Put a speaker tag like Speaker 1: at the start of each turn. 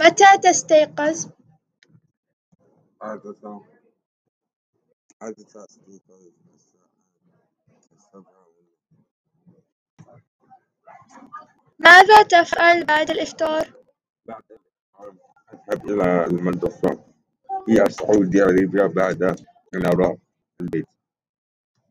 Speaker 1: متى تستيقظ؟
Speaker 2: عادة عادة أستيقظ السابعة
Speaker 1: ماذا تفعل بعد الإفطار؟
Speaker 2: بعد الإفطار أذهب إلى المدرسة هي الساعة ديالي بعد أن أروح البيت.